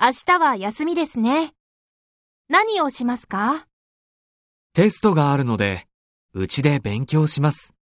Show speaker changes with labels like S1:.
S1: 明日は休みですね。何をしますか
S2: テストがあるので、うちで勉強します。